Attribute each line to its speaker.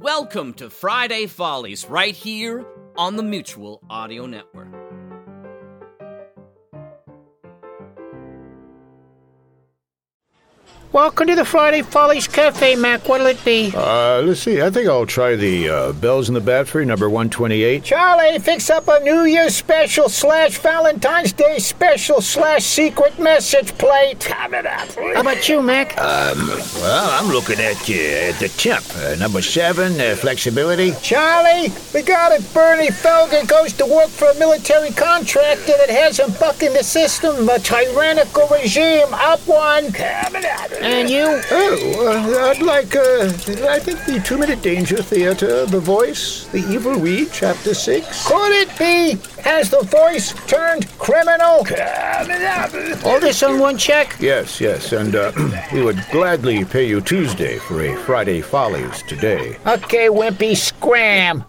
Speaker 1: Welcome to Friday Follies, right here on the Mutual Audio Network.
Speaker 2: Welcome to the Friday Follies Cafe, Mac. What'll it be?
Speaker 3: Uh, let's see. I think I'll try the uh, Bells in the Battery, number 128.
Speaker 2: Charlie, fix up a New Year's special slash Valentine's Day special slash secret message plate. Time it up. How about you, Mac?
Speaker 3: Well, I'm looking at uh, at the tip. Uh, number seven, uh, flexibility.
Speaker 2: Charlie, we got it. Bernie Felger goes to work for a military contractor that has him bucking the system, a tyrannical regime. Up one. And you?
Speaker 3: Oh, uh, I'd like, uh, I think the Two Minute Danger Theater, The Voice, The Evil Weed, Chapter 6.
Speaker 2: Could it be? Has the voice turned criminal? All this on one check?
Speaker 3: Yes, yes, and uh, we would gladly pay you Tuesday for a Friday Follies today.
Speaker 2: Okay, Wimpy, scram.